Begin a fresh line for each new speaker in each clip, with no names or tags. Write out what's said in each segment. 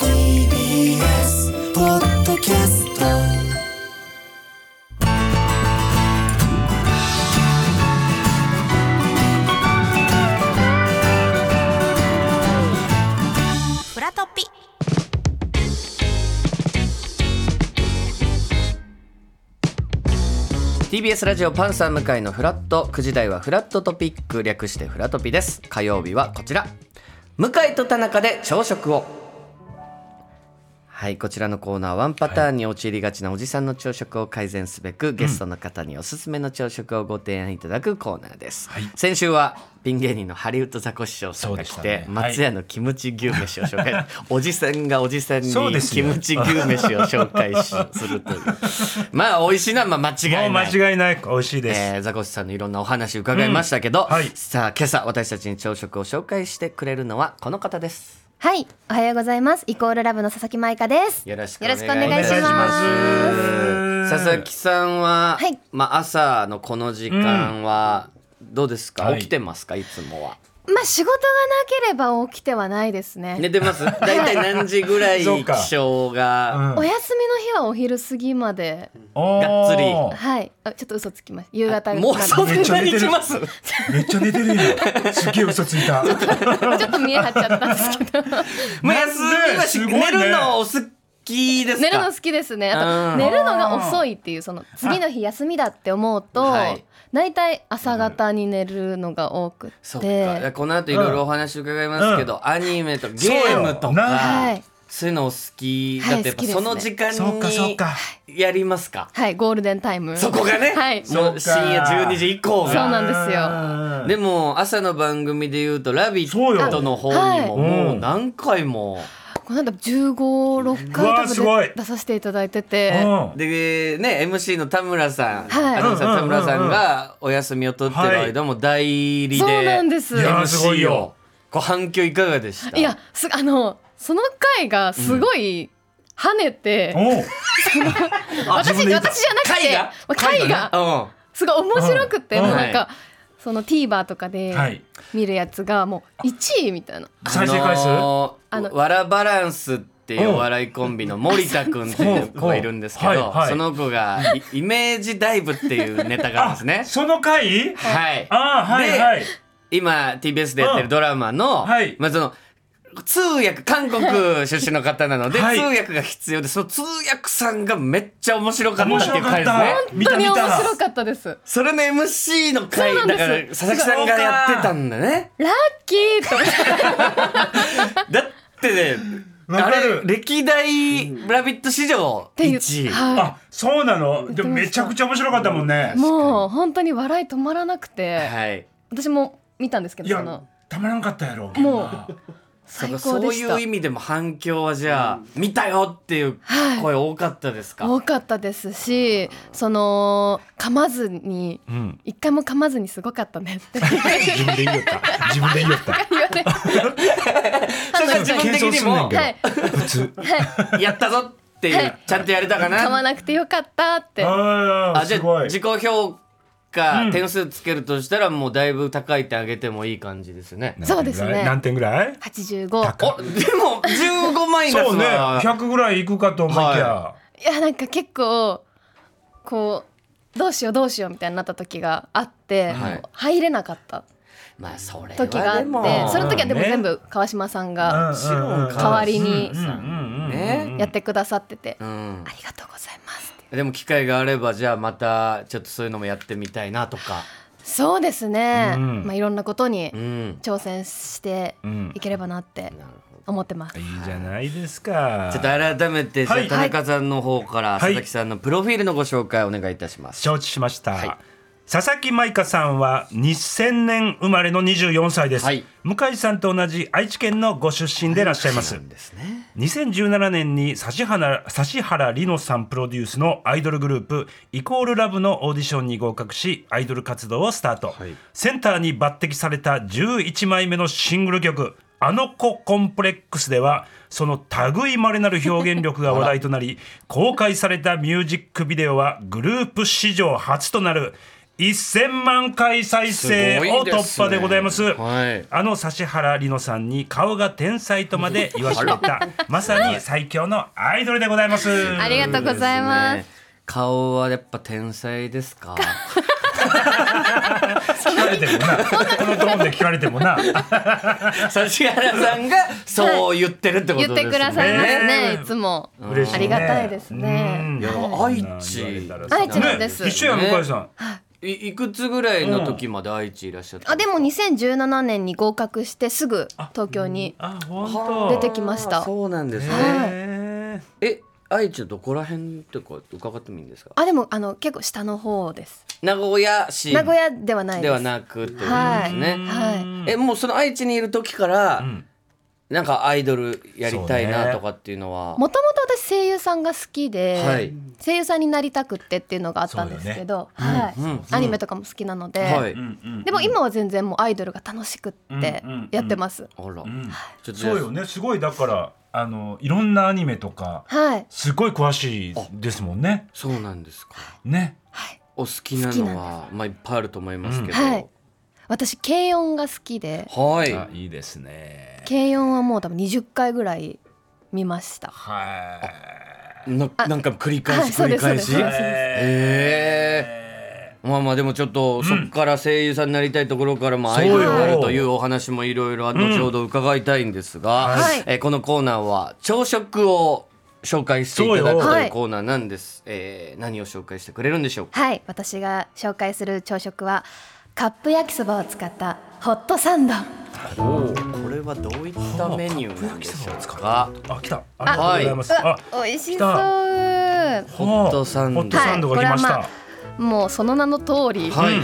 TBS ポッドキャスト
フラトピ
す TBS ラジオパンサー向井のフラット9時台はフラットトピック略してフラトピです火曜日はこちら向井と田中で朝食をはいこちらのコーナーはワンパターンに陥りがちなおじさんの朝食を改善すべく、ゲストの方におすすめの朝食をご提案いただくコーナーです、先週はピン芸人のハリウッドザコシショウさんが来
そう
て、
でしたね
松屋のキムチ牛飯を紹介、 おじさんがおじさんに
そうです
キ
よ
ムチ牛飯を紹介しする というまあ美味しいのはまあ間違いない
もう間違いない美味しいです、
えーザコシさんのいろんなお話伺いましたけど、
うんはい
さあ今朝私たちに朝食を紹介してくれるのはこの方です
はい、おはようございます。イコールラブの佐々木舞香です。
よろしくお
よ
願
ろ
い
し
し
く
ます
お願
お願いし
い
ま。
しますす
佐々木さんは、
はい
まあ、朝のこの時間はどうですか、
はい
起きてますかいつもは
まあ仕事がなければ起きてはないですね。
寝て ます大体何時ぐらい
そう
起
か
床が、
お休みの日はお昼過ぎまで、
おー
がっつり
はい、あちょっと嘘つきました。夕方まで
もうそん
めっちゃ
なに
寝てる
来ます
めっちゃ寝てるよすげえ嘘ついた
ちょっと見え張っちゃったんですけど、
もう休みはし
すごいね
寝るのお好きですか
寝るの好きですね。あ
うん
と寝るのが遅いっていうその次の日休みだって思うと
はい、
大体朝方に寝るのが多く
そっかいや
て、
この後いろいろお話伺いますけど、アニメとかゲームと
そうよな
か
はい
そういうのお好きだってやっぱ
はい好きですね
その時間
そうかそう
に
か
やりますか
はい、ゴールデンタイム。
そこがね、
はい、そ
もう深夜12時以降
うな
が
んですよ。
でも朝の番組で言うと「ラビ
そう
ッ
よ
ト!」の方にも
はい
もう何回も、
この間15、6
うわー
回
す
多
ご
分
い
出出させていただいてて、
うん
でね MC の田村さん、
はい
アナウンサーの田村さ
うんうんうん
ん
うん
がお休みを取ってる間も代理で、
そうなんです。
いやーすごい
MC を
よ
こう反響いかがでした
いや、すあのその回がすごい跳ねて、
おう自分で言った
私私じゃなくて、まあ回が
うん
すごい面白くて、
うん
もうなんか、
は
その TVer とかで
はい
見るやつがもう1位みたいな。
再生回数、
あのー
あの
わらバランスっていうお笑いコンビの森田くんっていう子がいるんですけ
うんうんはい
ど
はい。
その子がイイメージダイブっていうネタがあるんですね
その回
はい、
あー はい
で
はい
今 TBS でやってるドラマの,、
うんはい
まあ、その通訳韓国出身の方なので、
はい
通訳が必要でその通訳さんがめっちゃ面白かった
面
ってい
白
う
か
回で
っ
す
た
ね。
本当に面白
っ
かったです。ラッ
それの MC の回
そうな
だ
んです
から佐々木さんがやってたんだね。
キーと思って
だってね
わ
あ
かる
れ歴代「ラビット!」史上
言っ
1位
て、。は
あそうなのでも
言ってま
め
した
ちゃくちゃ面白かったもんね
い、もう本当に笑い止まらなくて、
はい。
私も見たんですけ
い
どそ
や
の
たまらんかったやろ
もう
そ
最
うか
高
そ
で
う
し
い
た。
う意味でも反響はじゃあ、見たよっていう声多かったですか、
多かったですしその噛まずに、一回も噛まずにすごかったねって
自分で言いよった自分で言いよ った
言われて
それは自分的にも
はい
普通
やったぞってい
は
う
い
ちゃんとやれたか
噛ま
な
なくてよかったって
あ
あ
あ
じ
す
ゃ
ご
あ
い
自己評価点数つけるとしたらもうだいぶ高いってあげてもいい感じですね、
そうですね
何点ぐらい
85
おでも15マイナス
そうね
は、
100ぐらいいくかと思いきや
いやなんか結構こうどうしようどうしようみたいになった時があって、
はい
入れなかった
まあそれ
時があ
は
っ
で
て
も
その時はでも
ね
全部川島さ
うん
ん
うん
が
うん
代わりに
うんうん
ね、
やってくださってて、
うん
あ、りがとうございますって
でも機会があればじゃあまたちょっとそういうのもやってみたいなとか、
そうですね、
うん
まあいろんなことに、
うん、
挑戦していければなって思ってます。
いいじゃないですか
ちょっと改めて、
はい
じゃあ田中さんの方から
い
佐々木さんのプロフィールのご紹介をお願いいたします。
承知しました、佐々木舞香さんは2000年生まれの24歳です、
はい
向井さんと同じ愛知県のご出身でいらっしゃいます、
なんですね。
2017年に指原指原莉乃さんプロデュースのアイドルグループイコールラブのオーディションに合格しアイドル活動をスタート、
い
センターに抜擢された11枚目のシングル曲「あの子コンプレックス」ではその類いまれなる表現力が話題とな り公開されたミュージックビデオはグループ史上初となる1000万回再生を突破でございます
すごいですねはい
あの指原莉乃さんに顔が天才とまで言わしめたまさに最強のアイドルでございます
ありがとうござい
そ
ます
うでね。顔はやっぱ天才ですか。
聞かれてもなこのトーンで聞かれてもな
指原さんがそう言ってるってことです
言っ
ね。
てくださいますね、
ねえ
いつも。
嬉しい、ね、
ありがたいですね
うん
いや愛知
愛知なんです
ね一緒やん向井さん、
いいくつぐらいの時まで愛知いらっしゃった
あでも2017年に合格してすぐ東京に
あ本
出てきました
あーそうなんです
当
ね。
へー
え愛知どこら辺とか伺ってもいいんですか。
あでもあの結構下の方です
名古屋市
名古屋ではない
で
で
は
す
なくってことですね。
はいはい
うん
えもうその愛知にいる時から、
ん
なんかアイドルやりたい
そう
な
ね
とかっていうのは
もともと私声優さんが好きで、
はい
声優さんになりたくってっていうのがあったんですけど、は
う
い
んうん
アニメとかも好きなので、
はい、
うんうん
でも今は全然もうアイドルが楽しくって
うんうんうん
やってます、
あら、
うん
ちょっとじゃ
そ
あ
うよねすごいだからあのいろんなアニメとか
はい
すごい詳しいですもんね
そうなんですか
ね
お好きなのはまあいっぱいあると思いますけど、
うんはい私軽音が好きで
はい
あいいですね
軽音はもう多分20回ぐらい見ました
はい
ななんか繰り返
はい
し
そう
繰り
です
返し
そうです
えーまあまあでもちょっと、そっから声優さんになりたいところからもアイドルになるというお話もいろいろ後ほど伺いたいんですが、
うんはい
えーこのコーナーは朝食を紹介していただく
そう
よ
というコーナーなんです、えー何を紹介してくれるんでしょうか
はい私が紹介する朝食はカップ焼きそばを使ったホットサンド
これはどういったメニューなんでしょうか
あ来たありがとうございます
う
あ
わ美味し
来
そう
た
ホットサンド
ホットサンドが来まし
はい
た
こもうその名の通り、
はい、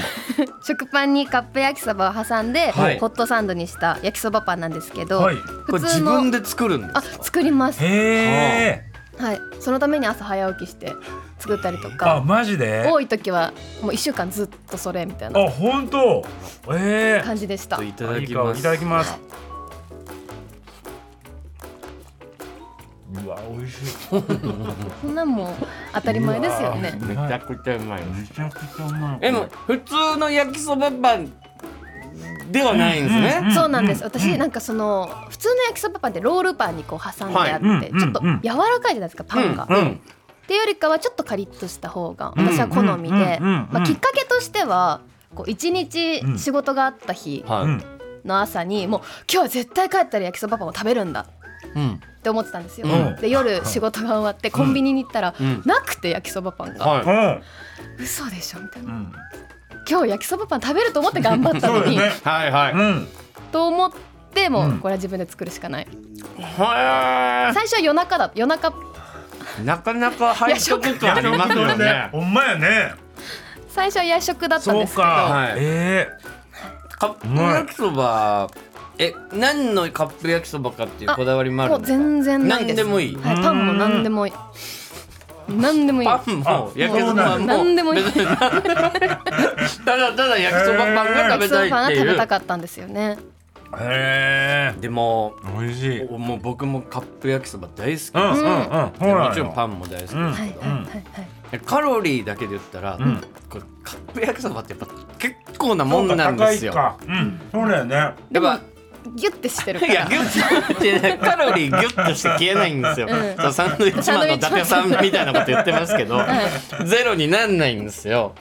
食パンにカップ焼きそばを挟んで、
はい
ホットサンドにした焼きそばパンなんですけど、
はい
これ自分で作るんです
あ
か
作ります
へえ
はいそのために朝早起きして作ったりと
あ
か
マジで
多い時はもう一週間ずっとそれみたいな
あ本当ええ
感じでした
い
い
ただ
い
き
い香
ま
り
す
いただきますうわ美味しい
そんなんもう当たり前ですよね
めちゃくちゃうまいです
めちゃくちゃうまい
でも普通の焼きそばパンではないんですね。
そうなんです私なんかその普通の焼きそばパンってロールパンにこう挟んであって、
はいうん
ちょっと
うんうん
柔らかいじゃないですかパンが。
うん
っていうよりかはちょっとカリッとした方が私は好みで、
うんうんうんうん
まあ、きっかけとしてはこう一日
うん
仕事があった日
はい。
うん
の朝にもう今日は絶対帰ったら焼きそばパンを食べるんだ
うん
って思ってたんですよ。
うん
で夜仕事が終わってコンビニに行ったら、
うん
なくて焼きそばパンが、
は
嘘でしょみたいうなん今日焼きそばパン食べると思って頑張った
そう
の
だ
に、
ね
い。はいはい。
うん
と思っても
うん
うこれは自分で作るしかない、
は
最初は夜中だ夜中
い。なかなか入ったことありますよね。
ほんまやね
最初は夜食だっ
そ
たんで
う
すけど
か
はい
え
カップ焼きそばえ何のカップ焼きそばかっていうこだわりもある
もうん
ですか。
全然ないで
何
す
でもいい
はい、パンも何でもいい何でもいい
パンも焼きそばも
何でもいい
別にただただ焼きそばパンが食
焼
べ
きそば
たい
パン
っ
が
て
食べ
い
た
う。
かったんですよね
えへえ
でも
美味しいうん
もう僕もカップ焼きそば大好きです。
うんうんほら
もちろんパ
ン
ンも大好きです
うん
はいはいはいはい
カロリーだけで言ったら、
ん
これカップ焼きそばってやっぱ結構なもんなんですよ。や
高いかうんそうだよね
っぱ
ギュッてしてるか
いや
ら
ギュッとしてカロリーギュッとして消えないんですよ。
うん
そうサンドイッチマンの伊達さんみたいなこと言ってますけど、ゼロになんないんですよ。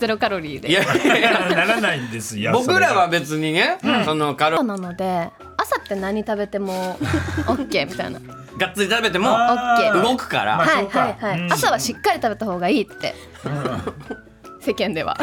ゼロカロリー
い
で
やいやいや
ならないんですよ
僕らは別にね、そのカロ
なので朝って何食べても OK みたいな
がっつり食べても
あ
ー OK
動くから、
まあ
は
そ
いう
か
はいは
う
い
ん
朝はしっかり食べた方がいいって世間では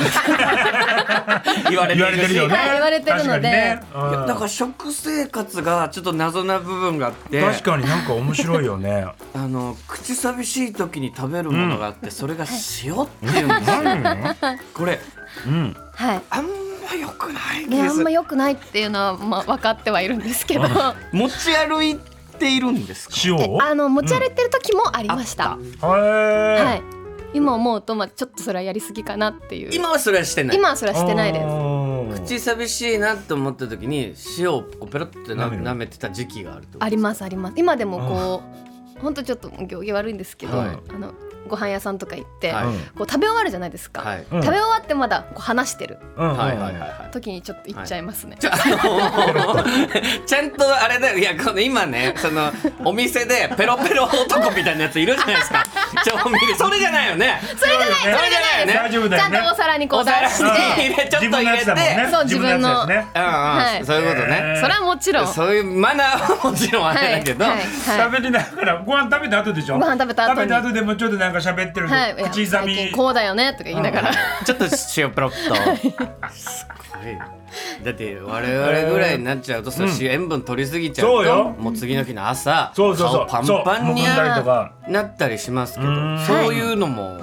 言われ
言わ
て
れ
る
て
し
るよね
はい言われてるの
確
で
かにねうん
だから食生活がちょっと謎な部分があって
確かになんか面白いよ ね
あの口寂しい時に食べるものがあって、それが塩っていうんですよ、これ
うん、
はい
あんま良くない
ね、
で
あん
す
ま良くないっていうのは、まあ、分かってはいるんですけどあ
持ち歩いているんですか
塩を
の持ち歩いてる時もありました、
は
はい今思うと、まあ、ちょっとそれはやりすぎかなっていう
今はそれはしてない
今はそれはしてないです
す
口寂しいなと思った時に塩をこうペロってな
舐める
舐めてた時期があるってこと
ありますあります今でもこうほんとちょっと行儀悪いんですけど、
はい
あのご飯屋さんとか行って、
はい
こう食べ終わるじゃないですか、
はい、
うん
食べ終わってまだこう話してる
うん
はいはいはいはい
時にちょっと行っちゃいますね、
ちょあのちゃんとあれだよいやこの今ねそのお店でペロペロ男みたいなやついるじゃないですか調味料それじゃないよね
それじゃないそ
そ
れ
れ
じ
じ
ゃ
ゃないいよね
大丈
なです、
夫だ
ち
よ
ゃん
ね
とお皿にこう出し
お皿
て
に入れちょっと
自分のやつだもん
入
ね
れ
てそう
やつね
うんうん、
はい
そういうこと
え
ね
それはもちろん
そういうマナーはもちろんあれだけど、
はいはい
喋りながらご飯食べた後でしょ
ご飯食べた後に
食べた後でもちょっとなんか喋ってるの、
はい、はいいや
口
最
寂
近こうだよねとか言いながら、
ちょっと塩プロッと。すごいな。だって我々ぐらいになっちゃうとさ、塩塩分取りすぎちゃ
そうう
と
よ
もう次の日の朝
そうそうそう
顔
そう
パンパンに
むくんだりとか
なったりしますけ
う
ど
ん
そういうのも、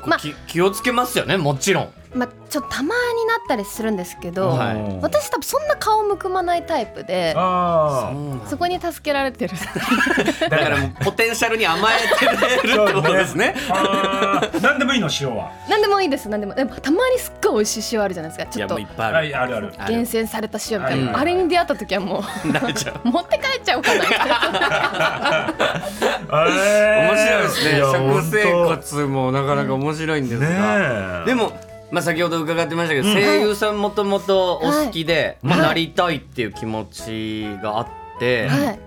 こう
まあ
き気をつけますよねもちろん。
まあちょっとたまになったりするんですけど、
はい
うん
私多分そんな顔むくまないタイプで
あ
そこに助けられてる
だからもうポテンシャルに甘えてるってことですね。
ーあー何でもいいの塩は
何でもいいです何でもでもたまにすっごい美味しい塩あるじゃないですか
い
ちょ
や
っ
も
と
ういっぱいあ
は
る
い。あるある
ある
厳選された塩みたいな、
うん
あれに出会った時はも
なっちゃう
う持って帰っちゃおうかなみ たいな
面白いで
面白
すね。食生活もなかなか面白いんです
ね
が。
え
でも、まあ、先ほど伺ってましたけど、声優さんもともとお好きで、
は
ま
い
あ、なりたいっていう気持ちがあって、
はい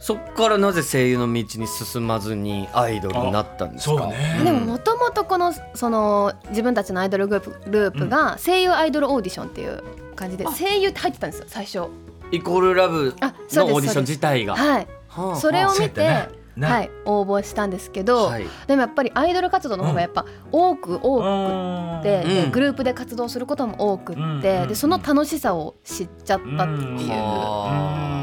そっからなぜ声優の道に進まずにアイドルになったんですか
そうね
でももともとこのその自分たちのアイドルグループループが声優アイドルオーディションっていう感じで声優って入ってたんですよ最初
イコールラブ
あ
の
そうです
オーディション自体が、
はい
はあ
それを見
そう
て
やってねね
はい応募したんですけど
はい
でもやっぱりアイドル活動の方がやっぱ多く多く
うん
て
うん
でグループで活動することも多く
うん
ってでその楽しさを知っちゃったって
うん
いう
は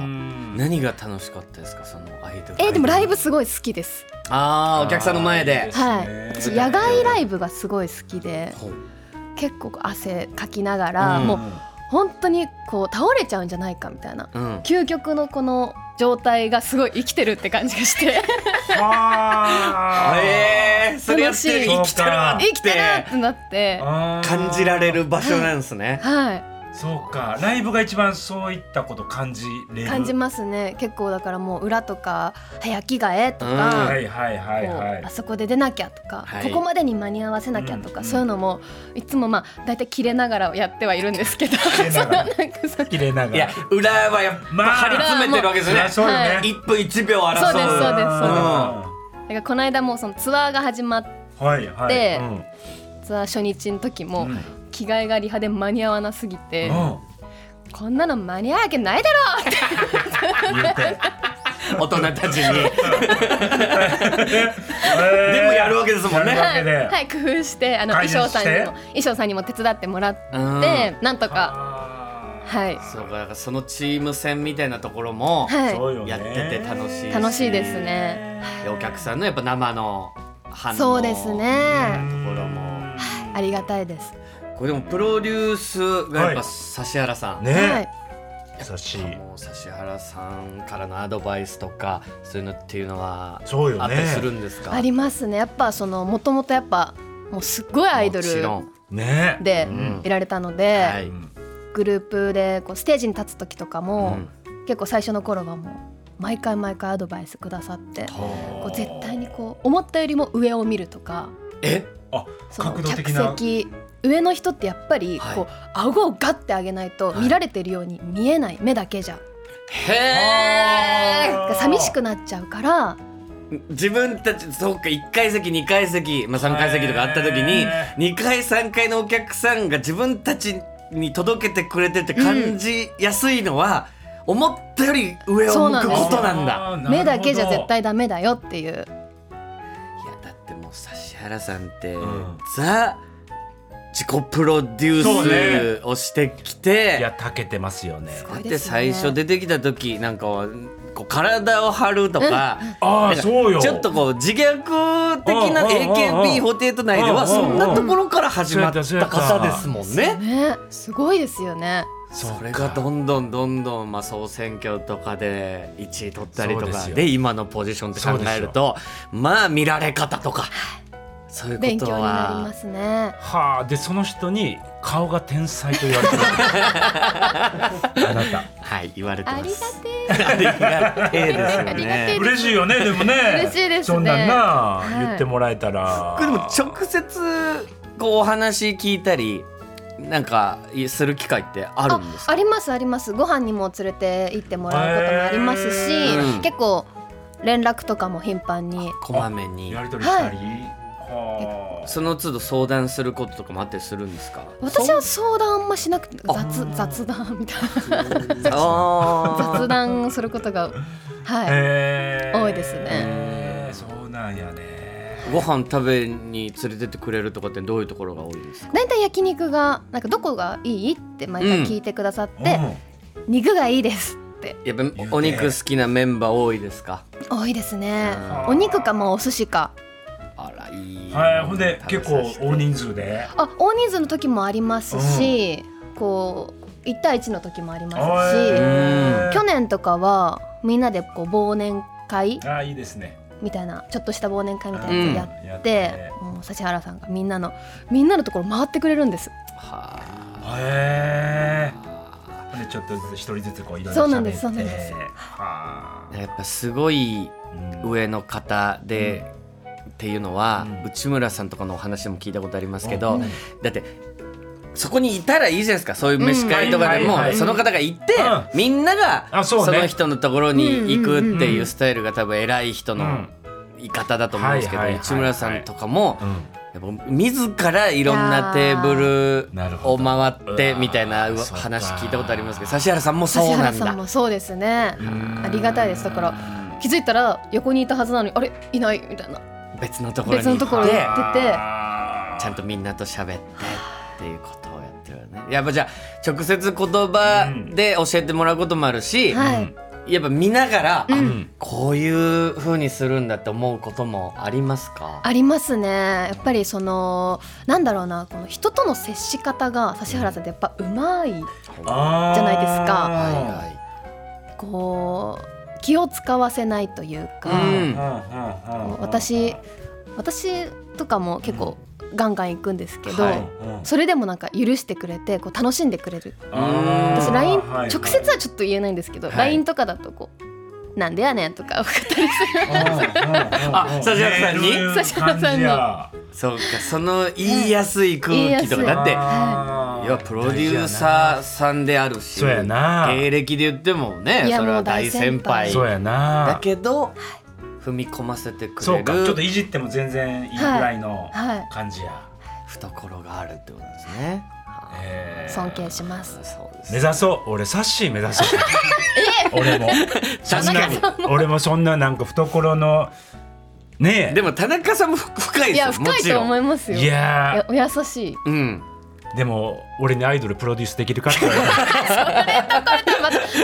あ
うん
何が楽しかったですかそのアイドル
えーでもライブすごい好きです
ああお客さんの前
あーいい
で
ですね
はい私野外ライブがすごい好きで
ほう
結構汗かきながら
うん
もう本当にこう倒れちゃうんじゃないかみたいな
うん
究極のこの状態がすごい生きてるって感じがして
はあ
ええー、それやってる生
楽しい
きてるわ
生きてるってなって
あー
感じられる場所なんですね
は
そうかライブが一番そういったこと感じれ
い
る
感じますね結構だからもう裏とか早着替えと
うん
か、
はいはいはいは
こ
いう
あそこで出なきゃとか、
はい
ここまでに間に合わせなきゃとか、
うん
そういうのもいつもまあ大体切れながらやってはいるんですけど そ
れ
う
な
な
がら
んかそう
切れながら
いや裏はやっぱ
まあ
張り詰めてるわけですよね、
まあそうよね、
はい
一分一秒争う。
そうですそうですそう
うん
ですだからこの間もうそのツアーが始まっ
はいはい。
で
うん
ツアー初日の時も、
うん
着替えがリハで間に合わなすぎて、
う
こんなの間に合うわけないだろうって
ん、言うて。
大人たちに。
で
でもやるわけですもんね
やるわけ
は
で。
い、工夫してあの
改
衣
善
装
して
さんにも衣装さんにも手伝ってもらっ
うん
て、なんとか
あ
はい
そうか、だからそのチーム戦みたいなところも
ー
は
そうよね。
やってて楽しい。
い楽しいです。ね
お客さんのやっぱ生の反応。
そうです。ね
ところも。
ありがたいです
これでもプロデュースがやっぱ指原さん。
はい
ね。優しい。
もう指原さんからのアドバイスとかそういうのっていうのは
そうよね
あったりするんですか。
ありますねやっぱそのもともとやっぱもうすっごいアイドル
もちろん。
ね。
で
ん
いられたので、
は
う
い。
ん
グループでこうステージに立つ時とかも、結構最初の頃はもう毎回毎回アドバイスくださってこう絶対にこう思ったよりも上を見るとか
え、
あ、
その
角度
客
的な。
席上の人ってやっぱり
はい
こう、顎をガッて上げないと
はい
見られてるように見えない目だけじゃ、
へー。
あー
寂しくなっちゃうから
自分たちそうか1階席2階席、まあ、3階席とかあった時に
へ
2
ー
階3階のお客さんが自分たちに届けてくれてって感じやすいのは、思ったより上
そ
を
う
向
なん
く
です
ことなんだ。
あー
目だけじゃ絶。対ダメだよってい
い
う
やだってもう指原さんって、
うん
ザ自己プロデュ
そうね
ースをしてき
なるほどいや
て、
たけてますよね。
だっ
すごいで
て
すよね
最初出てきた時なんかはこう体を張るとか、
あ
なん
あ
か
そうよ
ちょっとこう自虐的な
うんうんうんうん
AKB48 内では
うんうん
そ
うん
んなところから始まった
そうやったそう
方
やった
ですもんね。
ねすごいですよね
そう
それがどんどんどんどんまあ総選挙とかで1位取ったりと
そうです
か
よ
で今のポジションって考えるとまあ見られ方とかそういう
勉
こ
強
と
になり
は
ますね
はあでその人に顔が天才と言われ てるあなた
はい言われて
あ
ま
りが
す。
て
ありがてえですよ
ありがてえ
ね。
嬉しいよねでもね
嬉しいですね
そんなんな、
はい
言ってもらえたら
これでも直接こうお話聞いたりなんかする機会ってあるんですか
ありますありますご飯にも連れて行ってもらうこともありますし、
へ
ーうん
結構連絡とかも頻繁に
こまめに
やり取りしたり、はあ
その都度相談することとかもあってするんですか
私は相談あんましなくて
あ
雑雑談みたいな雑
あ
談することがはい、
へえ
多いですね
へえそうなんやね
ーご飯食べに連れてってくれるとかってどういうところが多いんですか
大体焼肉がなんかどこがいいって毎回聞いてくださって、
うん
肉がいいですって
やっぱお肉好きなメンバー多いですか
多いですね
あー
お肉かまあお寿司か
あらいい
はい、ほんで
食べ
結
さ
構
せて
大人数で。
あ大人数の時もありますし、こう1対1の時もありますし、
へー
去年とかはみんなでこう忘年会
あーいいですね。
みたいなちょっとした忘年会みたいなやつをやって、もう指原さんがみんなのみんなのところ回ってくれるんです
は
へえ。でちょっとずつ一人ずつこういろいろ
そうなんです
喋
そうなんです
っては
あやっぱすごい
ー
上の方で、っていうのは、
うん
内村さんとかのお話も聞いたことありますけ
う
ど、
ん
だってそこにいたらいいじゃないですかそういう飯会とかで
うん
も、
はいはいはい
その方が行って、
う
みんなが
あそうね
の人のところに行くって
うんうんうん
いううんスタイルが多分偉い人
う
の
ん
言い方だと思うんですけど、
はいはいはいはい
内村さんとかも
う、ん。
やっぱ自らいろんなテーブ
いやーなる
ル
ほ
を
ど
回ってみたいな
うわー
うわ
そうか
話聞いたことありますけど指原さんもそ
指
うな
原
ん
さん
だ。
もそうですねありがたいですだから気づいたら横にいたはずなのにあれいないみたいな
別のところに
別のとこ
行
ろ
っ
に
て
出て
あー
ちゃんとみんなと喋ってっていうことをやってるよね。やっぱじゃあ直接言葉で教えてもらうこともあるし、
はい、
やっぱ見ながら、
うん
うん
こういう風にするんだって思うこともありますか
ありますねやっぱりそのなんだろうなこの人との接し方が指原さんってやっぱうまい
あー
じゃないですか
はい
い。
は
こう気を使わせないというか、
うん
う
こう
ん
私私とかも結構ガンガン行くんですけど、
はい
うん
それでもなんか許してくれてこう楽しんでくれる
あー
私 LINE
はい
直接はちょっと言えないんですけど、
はい
LINE とかだとこう「なんでやねん」とか 送ったりする
あ
あ指原さんに
指原さんに
い。そうか、その言いやすい空気とか、
うん
だって、
い
いや、プロデューサーさんであるし、
そうやな
芸歴で言ってもね、
いや
それ
も
は
う
大
大
先
先
輩
輩
そうやな
だけど、踏み込ませてく
そ
れ
うかちょっと
る
いじっても全然いいぐらいの
はい
感じや、
懐があるってことですね。
えー
尊敬します。
そうです
目指そう俺サッシー目指そう俺もそんな
確
俺もそんななんか懐のねえ
でも田中さんも深いで
い
す
や
よ、も
深い
ち
と
ろ
思
ん。
いますよ
いや
お優しい
うん、
ーでも俺にアイドルプロデュースできるかって言われ
また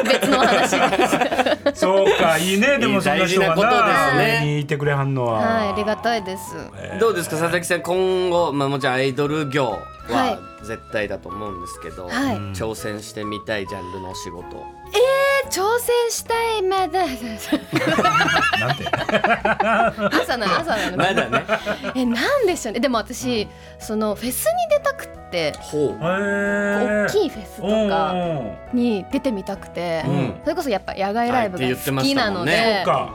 別のお話
たそうかいいねでもそんな人が
いい大事なこと
な
ですね
上にいてくれはんのは、
はいありがたいです
えー
どうですか佐々木さん今後、まあ、もちろんアイドル業
はい
は絶対だと思うんですけど、
はい
挑戦してみたいジャンルのお仕事
挑戦したいまだ
なんて
朝なの朝なの
まだね
えなんでしょうねでも私そのフェスに出たくって
ほう
大
大きいフェスとかに出てみたくて、
うん
それこそやっぱ野外ライブ
はいって言っ
が好
て
き
ました
な
もん
の
ね
で、
か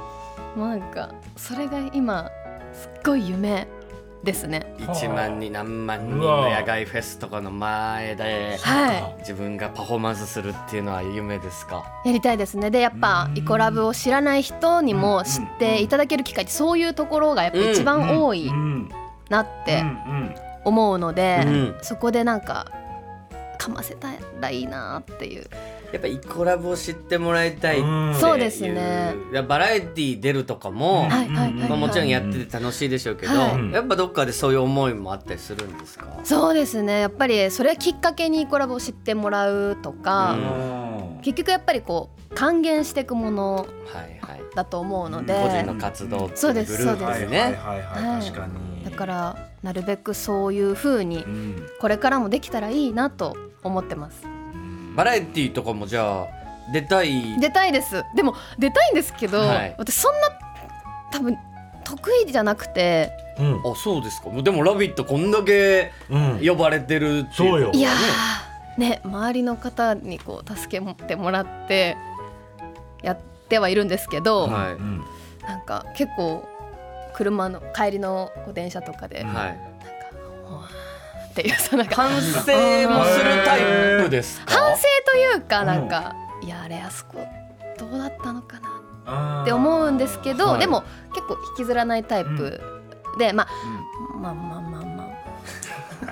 もうなんかそれが今すっごい夢ですね。
1万人何万人
う
の
わ
野外フェスとかの前で
は
自分がパフォーマンスするっていうのは夢ですか
い、やりたいですねでやっぱ
うん
イコラブを知らない人にも知っていただける機会ってそういうところがやっぱ一番多い
うん
なって
うんうん
思うので、
うん
そこでなんかかませたらいいなっていう
やっぱイコラブを知ってもらいたいっていう、
うん
そうですね
いやバラエティー出るとかも、
はいはいはいはい
まあ、もちろんやってて楽しいでしょうけど、
はい
やっぱどっかでそういう思いもあったりするんですか、
そうですねやっぱりそれはきっかけにイコラブを知ってもらうとか、
うん
うん
結局やっぱりこう還元していくもの
はいはい
だと思うので、
うん
個人の活動ってい
そうです
グループ
そう
で
です
はい
ね
はいはい、
はい
確かに
だからなるべくそういう風に
うん
これからもできたらいいなと思ってます
バラエティーとかもじゃあ出たい
出たいですでも出たいんですけど、
はい
私そんな多分得意じゃなくて
うん
あそうですかでも「ラビット!」こんだけ
うん
呼ばれてるってい
そうよ
いやーね周りの方にこう助けてもらってやってはいるんですけど、
は
う
い
ん
なんか結構車の帰りのこう電車とかで、なんか
はい
ほわーっていうそうなんか
反省もするタイプですか
反省というかなんか、いやあれあそこどうだったのかな
あー
って思うんですけど、
はい
でも結構引きずらないタイプで、まあまあまあまあまあ。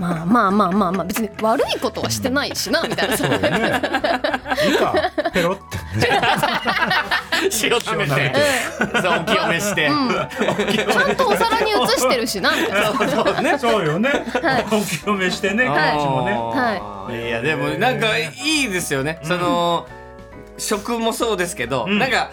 まあまあまあまあまあ別に悪いことはしてないしなみたいなそう
そうだよねいいかペロって
塩舐めてそうお清めして
ちゃんとお皿に移してるしなみたいな
そうね
そうよね、お清めしてね、
はい
こっちもね
あー
はい
いやでもなんかいいですよね、その食もそうですけど、
うん
なんか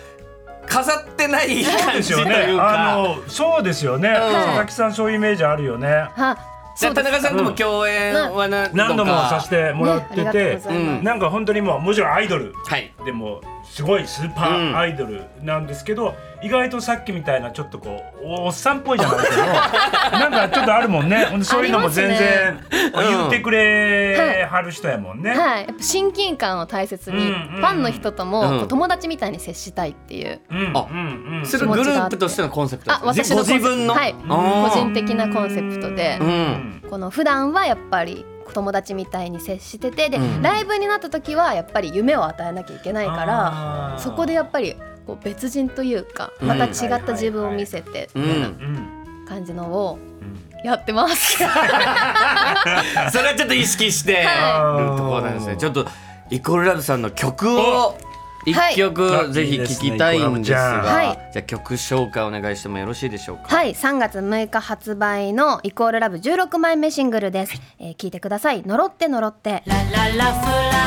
飾ってない感
で
じ
す
と
よね
いうか、
あのそうですよね、
ん
佐々木さんそういうイメージあるよね
は
じゃあ田中さんと
う
も
ん
共演は何度か
何度もさせてもらって
ねありがとう
て
ご、ざいます
うん
なんか本当にもうもちろんアイドル
はい
でもすごいスーパーアイドルなんですけど、意外とさっきみたいなちょっとこうおっさんっぽいじゃない ですけどなんかちょっとあるもんねほんでそういうのも全然
ますね
言ってくれはる人やもんね。
はい、やっぱ親近感を大切に、
うんうん
ファンの人とも、
うん
こう友達みたいに接したいっていう。
うんうん
あ
うん
それグループとしてのコンセプト
あ、
です
私
ねご
のコンセ
自
プト
分の、
はい、
あー
個人的なコンセプトで
う、
うんん
この普段はやっぱり友達みたいに接してて、で、
うん
ライブになった時はやっぱり夢を与えなきゃいけないから、
あー
そこでやっぱりこう別人というか、また違った自分を見せて
うん、
うん
感じのを
うん
やってます。
それはちょっと意識してる
はい
ところなんですねちょっとイコールラブさんの曲を一曲ぜひ聴きたいんですが、
はい
じゃあ曲紹介お願いしてもよろしいでしょうか
はい、3月6日発売のイコールラブ16枚目シングルです。えー聞いてください。呪って呪って。
ラララフラ